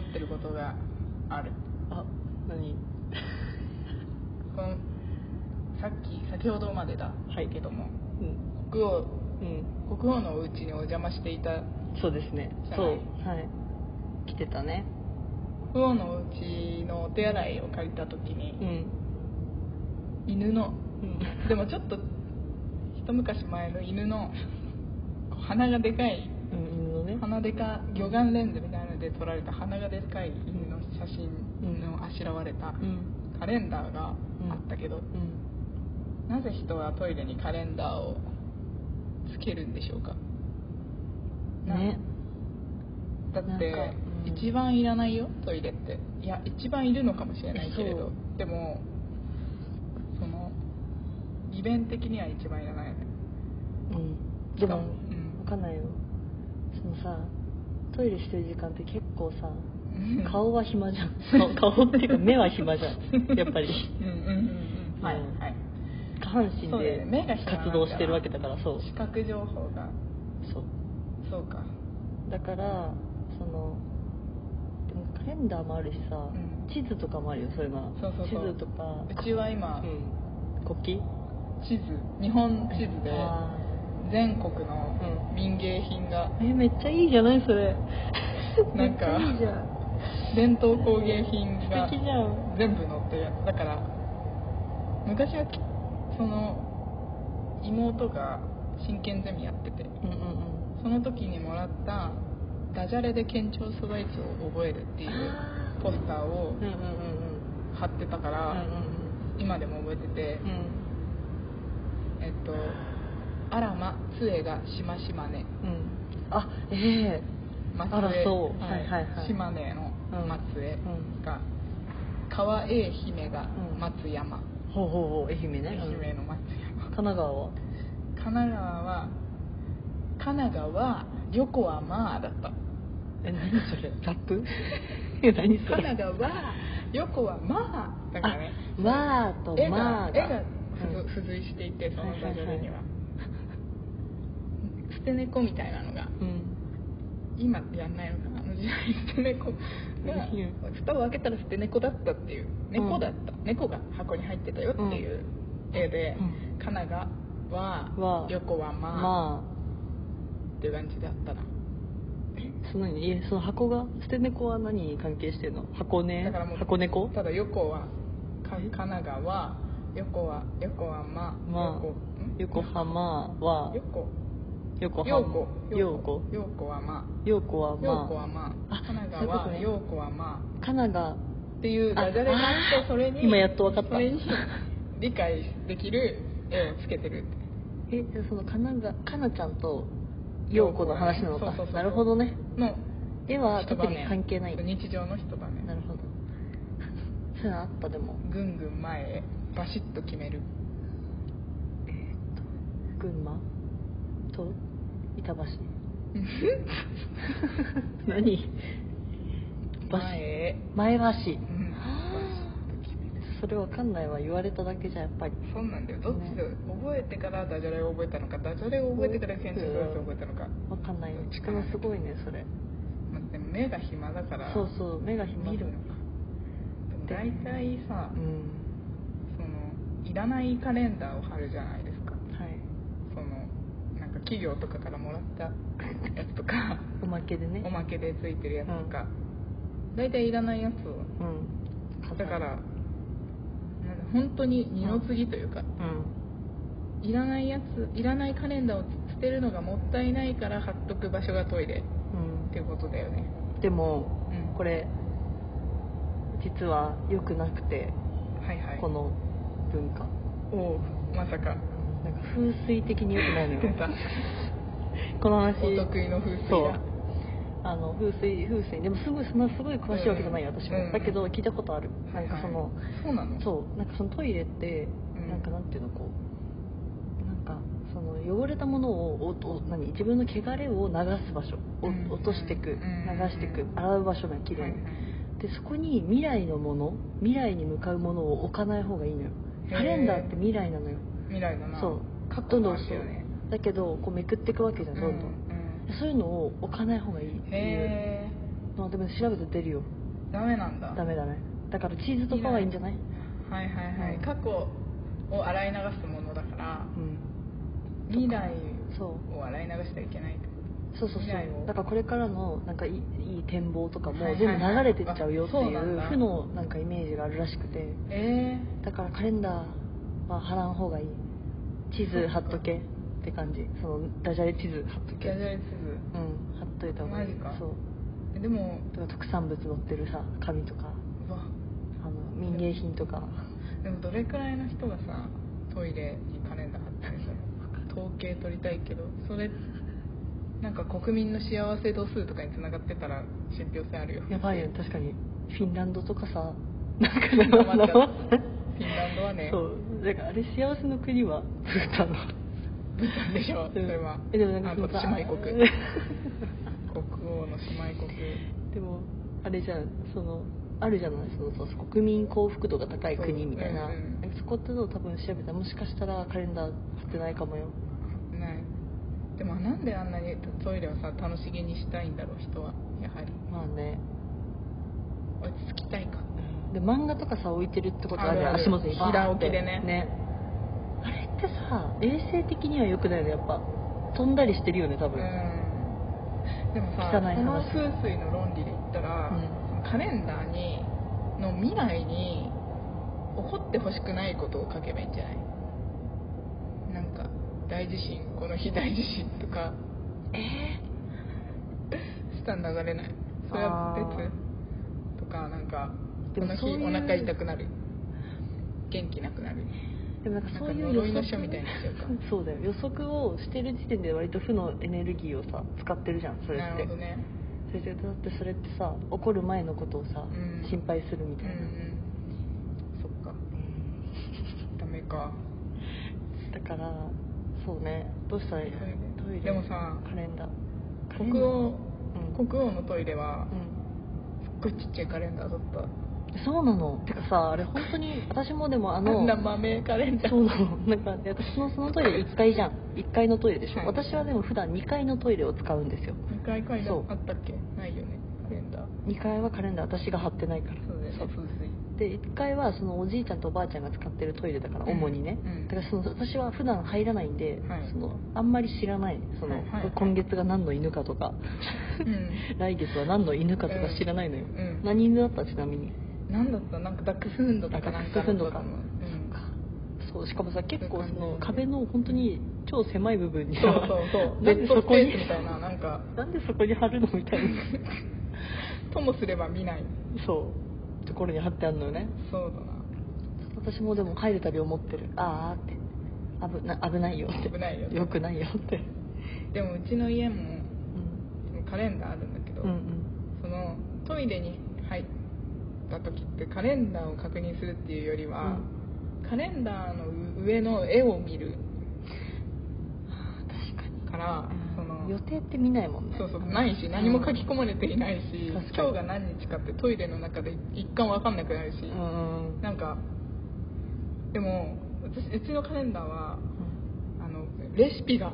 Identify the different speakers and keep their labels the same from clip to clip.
Speaker 1: ってることがある
Speaker 2: あ
Speaker 1: 何このさっき先ほどまでだ、
Speaker 2: はい
Speaker 1: けども
Speaker 2: うん
Speaker 1: 国王
Speaker 2: うん
Speaker 1: 国王のお家にお邪魔していた
Speaker 2: そうですね
Speaker 1: じゃない
Speaker 2: そうはい来てたね
Speaker 1: 国王のお家のお手洗いを借りた時に
Speaker 2: う、ん
Speaker 1: 犬の
Speaker 2: うん
Speaker 1: でもちょっと一昔前の犬のこう鼻がでかい
Speaker 2: うん犬のね
Speaker 1: 鼻でか魚眼レンズみたいなので撮られた鼻がでかい犬の写真のあしらわれた
Speaker 2: うん
Speaker 1: カレンダーがあったけど、
Speaker 2: うん
Speaker 1: なぜ人はトイレにカレンダーをつけるんでしょうかな
Speaker 2: ね
Speaker 1: だっ
Speaker 2: なん
Speaker 1: て
Speaker 2: か、うん
Speaker 1: 一番いらないよトイレっていや一番いるのかもしれないけれ
Speaker 2: そ
Speaker 1: ど
Speaker 2: う
Speaker 1: でもその利便的には一番いらないよね
Speaker 2: うんで
Speaker 1: し
Speaker 2: も
Speaker 1: かもうん
Speaker 2: 分かんないよそのさトイレしてる時間って結構さ顔は暇じゃん顔顔っていうか目は暇じゃんやっぱり
Speaker 1: うんうんうんうんはい
Speaker 2: うん
Speaker 1: はい
Speaker 2: 下半身
Speaker 1: そうだよ
Speaker 2: で
Speaker 1: ね目が暇なんだ
Speaker 2: 活動してるわけだからそう
Speaker 1: 視覚情報が
Speaker 2: そう
Speaker 1: そうか
Speaker 2: だからそのでもカレンダーもあるしさ、
Speaker 1: ん
Speaker 2: 地図とかもあるよそういうのは
Speaker 1: そうそうそう
Speaker 2: 地図とか
Speaker 1: うちは今、
Speaker 2: うん国旗
Speaker 1: 地図日本地図で
Speaker 2: あ
Speaker 1: 全国の
Speaker 2: うん
Speaker 1: 民芸品が
Speaker 2: ーえめっちゃいいじゃないそ
Speaker 1: な
Speaker 2: れ
Speaker 1: んか
Speaker 2: めっちゃいいじゃん
Speaker 1: 伝統工芸品
Speaker 2: 素
Speaker 1: が
Speaker 2: 敵じゃん
Speaker 1: 全部載ってるやつだから昔はきその妹が真剣ゼミやってて
Speaker 2: うんうん
Speaker 1: その時にもらったダジャレで県庁所在地を覚えるっていうポスターを
Speaker 2: うんうんうんうん
Speaker 1: 貼ってたから、
Speaker 2: うん
Speaker 1: 今でも覚えてて、
Speaker 2: うんうん
Speaker 1: えっと「あらま杖がしましまね
Speaker 2: うんあええ」
Speaker 1: 松
Speaker 2: あら
Speaker 1: 江
Speaker 2: そうはいはいはい
Speaker 1: 島根の
Speaker 2: うん
Speaker 1: 松江
Speaker 2: うん
Speaker 1: が「川栄姫が
Speaker 2: うん
Speaker 1: 松山」
Speaker 2: ほうほうほう愛媛ね
Speaker 1: 愛
Speaker 2: うん
Speaker 1: 媛の松山
Speaker 2: 神奈川は
Speaker 1: 神奈川は神奈川は横はまあだった
Speaker 2: え何それラップ え何そ
Speaker 1: 神奈
Speaker 2: れ
Speaker 1: 川は横はまあだからね
Speaker 2: あわーと
Speaker 1: 絵
Speaker 2: ま
Speaker 1: が
Speaker 2: ー
Speaker 1: 絵
Speaker 2: が
Speaker 1: が付
Speaker 2: うん
Speaker 1: 属付随していてその
Speaker 2: はいはいは
Speaker 1: ダ
Speaker 2: い
Speaker 1: ジャレには捨て猫みたいなのが
Speaker 2: うん
Speaker 1: 今やんないのかなあの時代捨て猫が
Speaker 2: う
Speaker 1: 蓋を開けたら捨て猫だったっていう猫だった、猫が箱に入ってたよっていう絵で、
Speaker 2: う
Speaker 1: 神奈川は
Speaker 2: は
Speaker 1: 横はまあ、
Speaker 2: まあ
Speaker 1: っていう感じだったな
Speaker 2: その何えその箱が捨て猫は何に関係してんの箱根
Speaker 1: だからもう
Speaker 2: 箱猫
Speaker 1: ただ横はか神奈川横は横はま
Speaker 2: まあ
Speaker 1: 横ん
Speaker 2: 横浜は
Speaker 1: 横
Speaker 2: 横
Speaker 1: 陽
Speaker 2: 浜
Speaker 1: 子
Speaker 2: 陽子
Speaker 1: 陽子はま
Speaker 2: 陽子は
Speaker 1: あ陽子
Speaker 2: ま
Speaker 1: はまあ
Speaker 2: あ
Speaker 1: 神奈
Speaker 2: そういうこ
Speaker 1: 川
Speaker 2: と
Speaker 1: は
Speaker 2: ね
Speaker 1: 陽子はまあ
Speaker 2: あ神奈川
Speaker 1: っていうダジャレがあ
Speaker 2: あ
Speaker 1: っ
Speaker 2: あ
Speaker 1: てそれに
Speaker 2: 今やっとわかった
Speaker 1: それに理解できる絵をつけてるって
Speaker 2: えその神奈川かなちゃんと陽子の話なの
Speaker 1: そ
Speaker 2: か
Speaker 1: うそうそう
Speaker 2: なるほどね
Speaker 1: の
Speaker 2: 絵は特に関係ない
Speaker 1: 一場面日常の一場面
Speaker 2: なるほど そういうのあったでも
Speaker 1: ぐんぐん前へバシッと決める
Speaker 2: 群馬と板橋何橋
Speaker 1: 前へ、
Speaker 2: 前
Speaker 1: う
Speaker 2: 橋
Speaker 1: ん、バシッと決める
Speaker 2: それわかんないわ言われただけじゃやっぱり
Speaker 1: そうなんだよどっちで覚えてからダジャレを覚えたのかダジャレを覚えてから県庁どうやって覚えたのか、
Speaker 2: わかんないね
Speaker 1: どっちか
Speaker 2: でもすごいねそれ
Speaker 1: まあ、でも目が暇だから
Speaker 2: そうそう目が暇
Speaker 1: 見るのかでも大体さ、
Speaker 2: うん
Speaker 1: そのいらないカレンダーを貼るじゃないですか
Speaker 2: はい
Speaker 1: そのなんか企業とかからもらったやつとか
Speaker 2: おまけで ね
Speaker 1: おまけでついてるやつとか、大体いらないやつを
Speaker 2: うん
Speaker 1: だからなんか本当に二の次というか、
Speaker 2: うん
Speaker 1: いらないやついらないカレンダーを捨てるのがもったいないから貼っとく場所がトイレっていうことだよね、
Speaker 2: うんでも
Speaker 1: うん、
Speaker 2: これ実は良くなくて
Speaker 1: はいはい
Speaker 2: この文化
Speaker 1: おうまさか
Speaker 2: なんか風水的に良くないの
Speaker 1: 出
Speaker 2: よ
Speaker 1: た
Speaker 2: この話
Speaker 1: お得意の風水
Speaker 2: そう
Speaker 1: だ
Speaker 2: あの風水風水でもすごいそんなすごい詳しいわけじゃないよ
Speaker 1: うん
Speaker 2: 私も、
Speaker 1: うん
Speaker 2: だけど聞いたことある、
Speaker 1: はい
Speaker 2: なん
Speaker 1: はい
Speaker 2: かその
Speaker 1: そうなの
Speaker 2: そうなんかそのトイレって、
Speaker 1: うん
Speaker 2: なんかなんていうのこうなんかその汚れたものをおお何自分の汚れを流す場所お
Speaker 1: うん
Speaker 2: 落としていく
Speaker 1: う
Speaker 2: 流
Speaker 1: ん
Speaker 2: していく
Speaker 1: うん
Speaker 2: 洗う場所がきれい
Speaker 1: はい
Speaker 2: に、でそこに未来のもの未来に向かうものを置かない方がいいのよ
Speaker 1: へー
Speaker 2: カレンダーって未来なのよ
Speaker 1: 未来だな
Speaker 2: そう
Speaker 1: 過去
Speaker 2: どんど
Speaker 1: も
Speaker 2: ん
Speaker 1: ある
Speaker 2: そう
Speaker 1: よね
Speaker 2: だけどこうめくっていくわけじゃんどんどん、
Speaker 1: うん
Speaker 2: そういうのを置かない方がいいっ
Speaker 1: うん
Speaker 2: ていう
Speaker 1: へえ
Speaker 2: まあでも調べたら出るよ
Speaker 1: ダメなんだ
Speaker 2: ダメだねだからチーズとかはいいんじゃない
Speaker 1: はいはいはい、
Speaker 2: うん
Speaker 1: 過去を洗い流すものだから
Speaker 2: うん
Speaker 1: 未来
Speaker 2: そ
Speaker 1: を洗い流してはいけないってこと
Speaker 2: うそうそうそ
Speaker 1: 未来を
Speaker 2: うだからこれからのなんかいいいい展望とかも
Speaker 1: はいはいは
Speaker 2: 全
Speaker 1: い
Speaker 2: 部流れてっちゃうよって
Speaker 1: あそう
Speaker 2: い
Speaker 1: なん
Speaker 2: う
Speaker 1: だ
Speaker 2: 負のなんかイメージがあるらしくて
Speaker 1: え
Speaker 2: だからカレンダーは貼らん方がいい地図貼っとけって感じそのダジャレ地図貼っと
Speaker 1: ー、
Speaker 2: け
Speaker 1: ギ
Speaker 2: う
Speaker 1: ャジャ
Speaker 2: ん
Speaker 1: レ地図
Speaker 2: 貼っといた方がいい
Speaker 1: マジか
Speaker 2: そう
Speaker 1: えでも
Speaker 2: とか特産物載ってるさ紙とか
Speaker 1: うわ
Speaker 2: あの民芸品とか
Speaker 1: でもどれくらいの人がさトイレにカレンダー貼ってるんだろう統計取りたいけどそれなんか国民の幸せ度数とかにつながってたら信憑性あるよ
Speaker 2: やばいよね確かにフィンランドとかさ
Speaker 1: フィン ランドはフィンランドはね
Speaker 2: そうだからあれ幸せの国は ブータンの
Speaker 1: ブータンでしょそれは
Speaker 2: うんえでもなんかそのさ
Speaker 1: あの姉妹国国王の姉妹国
Speaker 2: でもあれじゃんそのあるじゃないそのそうそう国民幸福度が高い国みたいな、
Speaker 1: そううん
Speaker 2: そこってのを多分調べたらもしかしたらカレンダー貼ってないかもよ
Speaker 1: ないでもなんであんなにトイレをさ楽しげにしたいんだろう人はやはり
Speaker 2: まあね
Speaker 1: 落ち着きたいか
Speaker 2: で漫画とかさ置いてるってことあるじ
Speaker 1: ある
Speaker 2: ゃん
Speaker 1: ある
Speaker 2: 足元にバーって
Speaker 1: 平置きでね
Speaker 2: あれってさ衛生的には良くないよねやっぱ飛んだりしてるよね多
Speaker 1: う
Speaker 2: 分、
Speaker 1: んでもさ
Speaker 2: 汚
Speaker 1: こ
Speaker 2: い話
Speaker 1: の風水の論理で言ったら、
Speaker 2: う
Speaker 1: カレンダーにの未来に起こってほしくないことを書けばいいんじゃないなんか大地震この日大地震とか
Speaker 2: え
Speaker 1: 下流れないそれは
Speaker 2: あ
Speaker 1: 別とかなんか
Speaker 2: で
Speaker 1: こ
Speaker 2: も
Speaker 1: の日
Speaker 2: そういう
Speaker 1: お腹痛くなる元気なくなる
Speaker 2: でもなんかそういう
Speaker 1: なんか呪いの書みたいになっちゃうか
Speaker 2: そうだよ予測をしてる時点で割と負のエネルギーをさ使ってるじゃんそれって
Speaker 1: なるほどね
Speaker 2: それでだってそれってさ怒る前のことをさ、
Speaker 1: うん
Speaker 2: 心配するみ
Speaker 1: う
Speaker 2: た
Speaker 1: ん
Speaker 2: いな、
Speaker 1: うんそっかダメか
Speaker 2: だからそうねどうしたらいいの
Speaker 1: トイレ
Speaker 2: トイレ
Speaker 1: でもさ
Speaker 2: カレンダー
Speaker 1: 国
Speaker 2: うん、
Speaker 1: 王国王のトイレは
Speaker 2: う
Speaker 1: すっ
Speaker 2: ん
Speaker 1: ごいちっちゃいカレンダーだった
Speaker 2: そうなのてかさあれ本当に私もでもあ
Speaker 1: あ
Speaker 2: の
Speaker 1: んな豆カレンダー
Speaker 2: そうなのなんかで私のそのトイレ1階じゃん1階のトイレでしょ、
Speaker 1: はい
Speaker 2: 私はでも普段2階のトイレを使うんですよ
Speaker 1: 2回階
Speaker 2: そう
Speaker 1: 段あったっけないよねカレンダー
Speaker 2: 2階はカレンダー私が貼ってないから
Speaker 1: そうだよね
Speaker 2: そう
Speaker 1: 風水
Speaker 2: で1階はそのおじいちゃんとおばあちゃんが使ってるトイレだから
Speaker 1: うん
Speaker 2: 主にね、
Speaker 1: うん
Speaker 2: だからその私は普段入らないんで、
Speaker 1: はい
Speaker 2: そのあんまり知らないその、
Speaker 1: はいはいはい
Speaker 2: 今月が何の犬かとか 来月は何の犬かとか知らないのよ、
Speaker 1: うんうん
Speaker 2: 何犬だったちなみに
Speaker 1: 何だったなんかダックスフンドとか
Speaker 2: ダ
Speaker 1: な
Speaker 2: ッ
Speaker 1: ん
Speaker 2: ク
Speaker 1: か
Speaker 2: スフンド
Speaker 1: だった
Speaker 2: か
Speaker 1: と思ううん
Speaker 2: そうしかもさ結構そ
Speaker 1: そうい
Speaker 2: の
Speaker 1: う感じ
Speaker 2: 壁の本当に超狭い部分にさ
Speaker 1: そうそうそうベ
Speaker 2: なん
Speaker 1: ッ
Speaker 2: で
Speaker 1: ド
Speaker 2: そ
Speaker 1: ス
Speaker 2: こ
Speaker 1: ペ
Speaker 2: に
Speaker 1: ースみたいななんか
Speaker 2: なんでそこに貼るのみたいな
Speaker 1: ともすれば見ない
Speaker 2: そうところに貼ってあるのよね
Speaker 1: そうだ
Speaker 2: 私もでも入るたび思ってるああって危な危ないよって
Speaker 1: 危ないよ
Speaker 2: よくないよって、
Speaker 1: なでもうちの家も
Speaker 2: うん、
Speaker 1: カレンダーあるんだけど、
Speaker 2: うんうん
Speaker 1: そのトイレに入った時ってカレンダーを確認するっていうよりは、カレンダーの上の絵を見る
Speaker 2: 確かに
Speaker 1: からその
Speaker 2: 予定って見ないもんね
Speaker 1: そうそうないし何も書き込まれていないし、
Speaker 2: うん確か
Speaker 1: 今
Speaker 2: に
Speaker 1: 日が何日かってトイレの中で一貫分かんなくなるし、
Speaker 2: うんうん
Speaker 1: なんかでも私うちのカレンダーはあのレシピが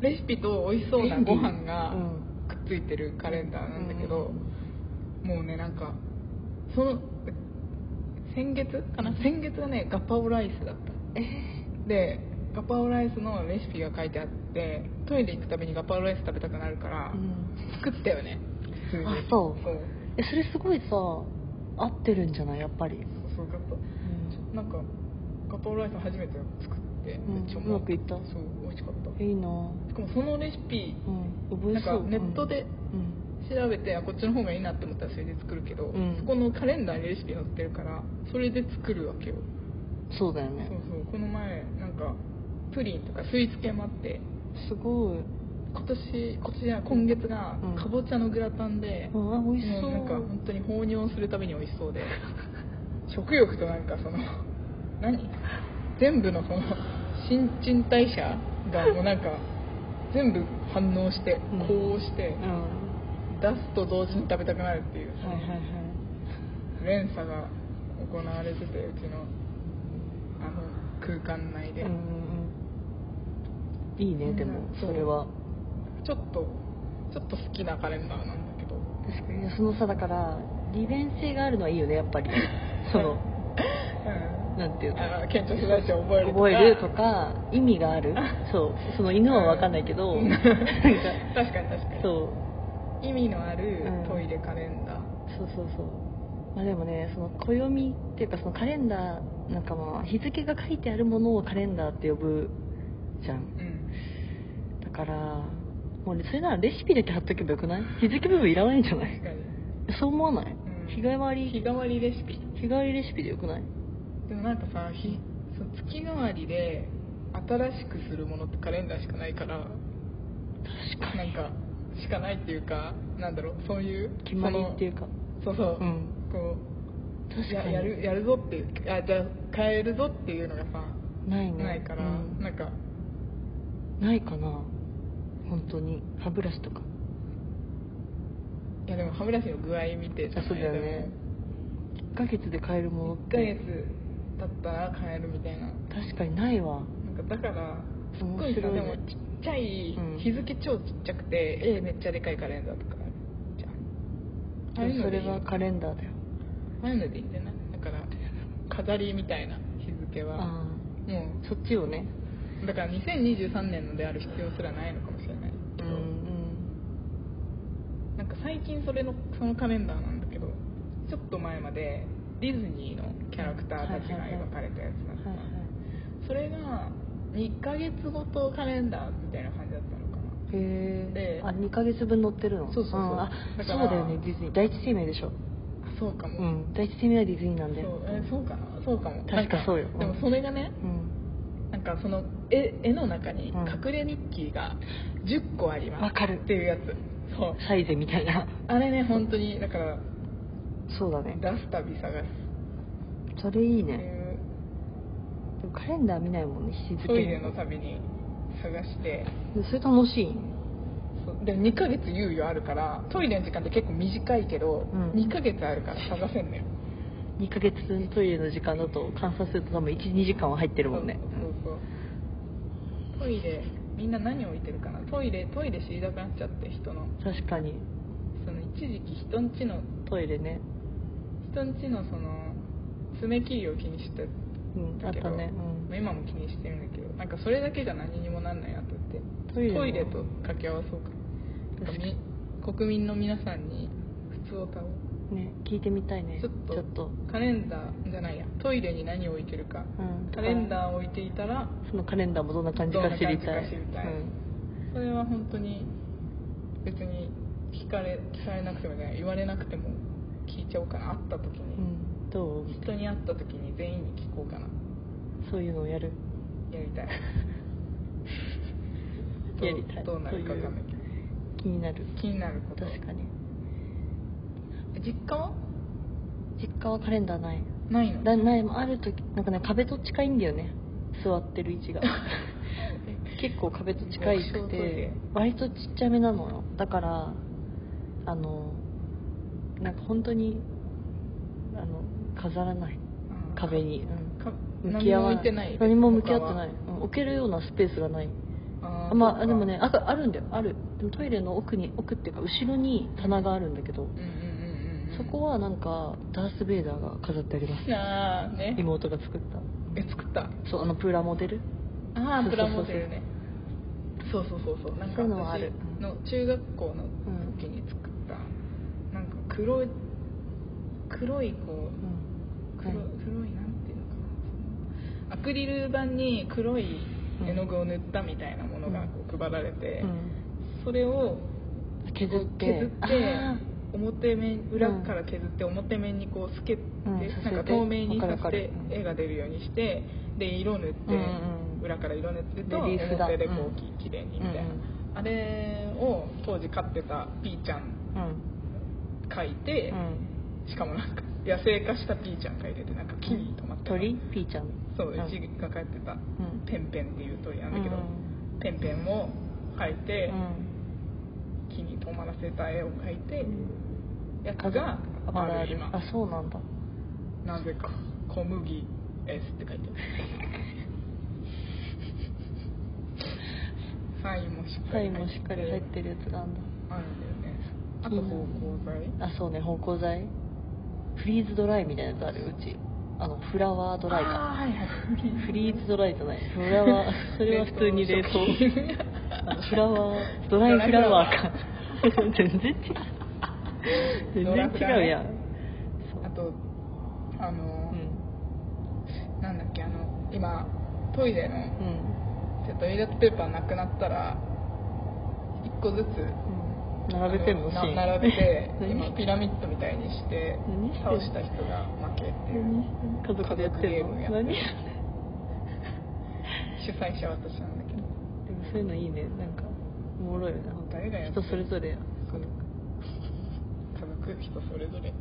Speaker 1: レシピと美味しそうなご飯が
Speaker 2: うん
Speaker 1: くっついてるカレンダーなんだけど、
Speaker 2: う
Speaker 1: もうねなんかその先月かな先月はねガパオライスだった
Speaker 2: んえ
Speaker 1: でガパオライスのレシピが書いてあってトイレ行くたびにガパオライス食べたくなるから、
Speaker 2: ーうん
Speaker 1: 作ったよね普通に
Speaker 2: あそう
Speaker 1: そう
Speaker 2: えそれすごいさ合ってるんじゃないやっぱり、
Speaker 1: そうガパ
Speaker 2: うん
Speaker 1: なんかガパオライス初めて作って、
Speaker 2: うん
Speaker 1: めっちゃ
Speaker 2: うまくいった
Speaker 1: そう美味しかったし
Speaker 2: いいなぁ
Speaker 1: かもそのレシピ
Speaker 2: うん覚
Speaker 1: な
Speaker 2: え
Speaker 1: んか
Speaker 2: そう
Speaker 1: ネットで
Speaker 2: うん
Speaker 1: 調べて、あこっちの方がいいなって思ったらそれで作るけど、
Speaker 2: うん
Speaker 1: そこのカレンダーにレシピ載ってるからそれで作るわけよ
Speaker 2: うんそうだよね
Speaker 1: そうそうこの前なんかプリンとかスイーツ系もあって
Speaker 2: すごい、
Speaker 1: 今年今年じゃない今月が
Speaker 2: うん
Speaker 1: かぼちゃのグラタンで、
Speaker 2: うん、あ美味しそ
Speaker 1: も
Speaker 2: う
Speaker 1: うなんか本当に放尿するたびに美味しそうで 食欲となんかその何全部のその新陳代謝がもうなんか全部反応して
Speaker 2: うん
Speaker 1: こうして
Speaker 2: うんは
Speaker 1: 出すと同時に食べたくなるっていう
Speaker 2: いはいはい
Speaker 1: 連鎖が行われててうちのあの空間内で、
Speaker 2: うんうんいいねでも
Speaker 1: うんそう
Speaker 2: それは
Speaker 1: ちょっとちょっと好きなカレンダーなんだけど
Speaker 2: 確かにいやそのさだから利便性があるのはいいよねやっ ぱりその
Speaker 1: う、
Speaker 2: なんていうんの
Speaker 1: あの県庁所在地を覚えるとか
Speaker 2: 覚えるとか意味があるそうその犬は分かんないけど、
Speaker 1: うん
Speaker 2: なん
Speaker 1: 確
Speaker 2: か
Speaker 1: かに確かに
Speaker 2: そう
Speaker 1: 意味のある
Speaker 2: うん
Speaker 1: トイレカレンダー、
Speaker 2: そうそうそうまあでもねその暦っていうかそのカレンダーなんかまあ日付が書いてあるものをカレンダーって呼ぶじゃん
Speaker 1: うん
Speaker 2: だからもうねそれならレシピだけ貼っとけばよくない日付部分いらないんじゃない
Speaker 1: 確かに、
Speaker 2: そう思わない、
Speaker 1: うん
Speaker 2: 日替わ
Speaker 1: 日
Speaker 2: り
Speaker 1: 替わりレシピ
Speaker 2: 日替わりレシピでよくない
Speaker 1: でもなんかさ日その月替わりで新しくするものってカレンダーしかないから
Speaker 2: 確か
Speaker 1: な
Speaker 2: に
Speaker 1: んかしかないっていうかなんだろうそういう
Speaker 2: 決まりっていうか
Speaker 1: そのそうそう、
Speaker 2: うん
Speaker 1: こ
Speaker 2: 確
Speaker 1: うや
Speaker 2: かに
Speaker 1: やるやるぞっていうあじゃあ変えるぞっていうのがさ
Speaker 2: ないね
Speaker 1: ないから、
Speaker 2: うん
Speaker 1: なんか
Speaker 2: ないかな本当に歯ブラシとか
Speaker 1: いやでも歯ブラシの具合見てじゃ
Speaker 2: あ
Speaker 1: ない
Speaker 2: そうだよね1ヶ月で買えるものっ
Speaker 1: 1ヶ
Speaker 2: て
Speaker 1: 月経ったら変えるみたいな
Speaker 2: 確かにないわ
Speaker 1: なんかだからすっ
Speaker 2: 面
Speaker 1: ご
Speaker 2: 白
Speaker 1: い
Speaker 2: い
Speaker 1: さ、
Speaker 2: ね
Speaker 1: でもちっちゃい、
Speaker 2: うん
Speaker 1: 日付超ちっちゃくて絵めっちゃでかいカレンダーとかあるじゃんああいうの
Speaker 2: そ
Speaker 1: で
Speaker 2: れ
Speaker 1: いい
Speaker 2: はカレンダーだよ
Speaker 1: ああいうのでいいんじゃないだから飾りみたいな日付は
Speaker 2: あ
Speaker 1: も
Speaker 2: あそっちをね
Speaker 1: うだから2023年のである必要すらないのかもしれないけ
Speaker 2: う
Speaker 1: ど、
Speaker 2: ん
Speaker 1: なんか最近それのそのカレンダーなんだけどちょっと前までディズニーのキャラクターたちが描かれたやつだ
Speaker 2: う
Speaker 1: っ
Speaker 2: ん
Speaker 1: たの、
Speaker 2: はいは
Speaker 1: それが2ヶ月ごとカレンダーみたいな感じだったのかない
Speaker 2: へ
Speaker 1: で
Speaker 2: えあ二2ヶ月分載ってるの
Speaker 1: そうそうそうん
Speaker 2: あ
Speaker 1: だか
Speaker 2: そう
Speaker 1: ら
Speaker 2: だよねディズニー第一生命でしょ
Speaker 1: あそうかも、
Speaker 2: うん第一生命はディズニーな
Speaker 1: そ
Speaker 2: ん
Speaker 1: う
Speaker 2: で
Speaker 1: えそうかなそうかも
Speaker 2: 確かそうよ
Speaker 1: なんでもそれがね
Speaker 2: うん
Speaker 1: なんかその絵絵の中に
Speaker 2: うん
Speaker 1: 隠れミッキーが10個あります
Speaker 2: わかる
Speaker 1: っていうやつそう
Speaker 2: サイゼみたいな
Speaker 1: あれね本当にだから
Speaker 2: そうだね
Speaker 1: 出すたび探す
Speaker 2: それいい
Speaker 1: ってい
Speaker 2: ね
Speaker 1: う
Speaker 2: でもカレンダー見ないもんね日付
Speaker 1: トイレのたびに探して
Speaker 2: でそれ楽しい
Speaker 1: そうで2ヶ月猶予あるからトイレの時間って結構短いけど、
Speaker 2: うん
Speaker 1: 2ヶ月あるから探せんのよ
Speaker 2: 2ヶ月分トイレの時間だと換算すると多分12時間は入ってるもんね
Speaker 1: そうそうそうトイレみんな何置いてるかなトイレトイレ知りたくなっちゃって人の
Speaker 2: うん確かに
Speaker 1: その一時期人んちの
Speaker 2: トイレね
Speaker 1: 人んちのその爪切りを気にして
Speaker 2: うんあ
Speaker 1: た
Speaker 2: っ
Speaker 1: け
Speaker 2: た
Speaker 1: ど、
Speaker 2: ねうん
Speaker 1: まあ今も気にしてるんだけどなんかそれだけじゃ何にもなんないなと思って
Speaker 2: トイレも
Speaker 1: トイレと掛け合わそうかなんか
Speaker 2: 確かに
Speaker 1: み国民の皆さんに普通を歌を
Speaker 2: ね聞いてみたいね
Speaker 1: ちょっと
Speaker 2: ちょっと
Speaker 1: カレンダーじゃないやトイレに何を置いてるか
Speaker 2: うん
Speaker 1: カレンダーを置いていたら
Speaker 2: そのカレンダーもどんな感じか知りたい
Speaker 1: どんな感じか知りたい
Speaker 2: うん
Speaker 1: それは本当に別に聞かれ聞かれなくてもね言われなくても聞いちゃおうかな会った時
Speaker 2: う
Speaker 1: に、
Speaker 2: んどう
Speaker 1: 人に会った時に全員に聞こうかな
Speaker 2: そういうのをやる
Speaker 1: やり たい
Speaker 2: やりたい
Speaker 1: どうどうなるかわかんないけど
Speaker 2: 気になる
Speaker 1: 気になること
Speaker 2: 確かに
Speaker 1: 実家は
Speaker 2: 実家はカレンダーない
Speaker 1: ないの
Speaker 2: だないある時なんかね壁と近いんだよね座ってる位 置が結構壁と近い
Speaker 1: も
Speaker 2: く
Speaker 1: う小トイレ
Speaker 2: て割とちっちゃめなのよだからあのなんか本当にあの飾らない
Speaker 1: うん
Speaker 2: 壁に、うん
Speaker 1: か
Speaker 2: 向
Speaker 1: 何
Speaker 2: き合
Speaker 1: も
Speaker 2: わ
Speaker 1: 置
Speaker 2: ない
Speaker 1: いてない
Speaker 2: 何も向き合ってないい、うん置けるようなスペースがない
Speaker 1: あー
Speaker 2: ま
Speaker 1: そ
Speaker 2: あ
Speaker 1: うか
Speaker 2: でもねあとあるんだよあるでもトイレの奥に奥っていうか後ろに棚があるんだけど、
Speaker 1: うんうんうんうん
Speaker 2: そこはなんかダース・ベイダーが飾ってあります
Speaker 1: ああね
Speaker 2: 妹が作った
Speaker 1: え作った
Speaker 2: そうあのプラモデル
Speaker 1: あ
Speaker 2: そ
Speaker 1: あ
Speaker 2: うそうそう
Speaker 1: プ
Speaker 2: そう
Speaker 1: ラモデルねそうそうそうそうなんか
Speaker 2: そういうのはあ
Speaker 1: 私
Speaker 2: るうん
Speaker 1: の中学校の
Speaker 2: うん
Speaker 1: 時に作った、なんか黒い黒いこ
Speaker 2: う
Speaker 1: うん黒,、い、
Speaker 2: う
Speaker 1: 黒いな
Speaker 2: ん
Speaker 1: んていうのかなそのアクリル板に黒い絵の具を塗ったみたいなものがこう配られて、
Speaker 2: うん
Speaker 1: それを
Speaker 2: 削って
Speaker 1: 削って
Speaker 2: あー
Speaker 1: 表面裏から削って表面にこう透けて、
Speaker 2: うんさせ
Speaker 1: なん
Speaker 2: て
Speaker 1: か透明にさ
Speaker 2: わ
Speaker 1: せ
Speaker 2: かる
Speaker 1: て
Speaker 2: わかる
Speaker 1: 絵が出るようにしてで色塗って、
Speaker 2: うんうん
Speaker 1: 裏から色塗ってと
Speaker 2: レリーフだ
Speaker 1: 表でこ
Speaker 2: うん
Speaker 1: うききれいにみたいな、
Speaker 2: うんうん
Speaker 1: あれを当時飼ってたピーちゃん
Speaker 2: うん
Speaker 1: 描いて、
Speaker 2: うん
Speaker 1: しかもなんか野生化したピーちゃん描いててなんか木に止まってた
Speaker 2: 鳥ピーちゃん
Speaker 1: そう
Speaker 2: う
Speaker 1: うんちが飼ってた
Speaker 2: うん
Speaker 1: ペンペンっていう鳥なんだけど、
Speaker 2: うん
Speaker 1: ペンペンも描いて、
Speaker 2: うん
Speaker 1: 木に止まらせた絵を描いて、やつ
Speaker 2: 飾
Speaker 1: が
Speaker 2: まだ
Speaker 1: あ
Speaker 2: あ
Speaker 1: る
Speaker 2: る
Speaker 1: 今
Speaker 2: あそうなんだ
Speaker 1: なぜか小麦 S って書いて あるサインもしっか
Speaker 2: サイ
Speaker 1: り
Speaker 2: ンもしっかり入って
Speaker 1: る
Speaker 2: るやつがあんだ
Speaker 1: あるんだよねあと芳香剤
Speaker 2: あそうね芳香剤フリーズドライみたいなやつあるうちあのフラワードライ
Speaker 1: あ
Speaker 2: か
Speaker 1: ーはいはい
Speaker 2: フリーズドライじゃないフラワ ーそれは普通に冷凍
Speaker 1: 食品
Speaker 2: あのフラワードライフラワーか全然違う全
Speaker 1: ドラフラね
Speaker 2: 然違うやん、
Speaker 1: あとあ
Speaker 2: う
Speaker 1: の、
Speaker 2: ん
Speaker 1: なんだっけあの今トイレの
Speaker 2: うん
Speaker 1: えっと、トイレットペーパーなくなったら1個ずつ
Speaker 2: うん、並べてんのシ
Speaker 1: な
Speaker 2: ーン
Speaker 1: 並べて
Speaker 2: 何
Speaker 1: 今ピラミッドみたいにして
Speaker 2: 何してん
Speaker 1: 倒
Speaker 2: の
Speaker 1: した人が負けっていう
Speaker 2: 何家族でやってる
Speaker 1: 家族ゲー
Speaker 2: の
Speaker 1: ムやってる
Speaker 2: 何
Speaker 1: 主催者は私なんだけど
Speaker 2: でもそういうのいいねなんかおもろいよね本当
Speaker 1: 誰がやってる
Speaker 2: 人それぞれや
Speaker 1: 家族人それぞれ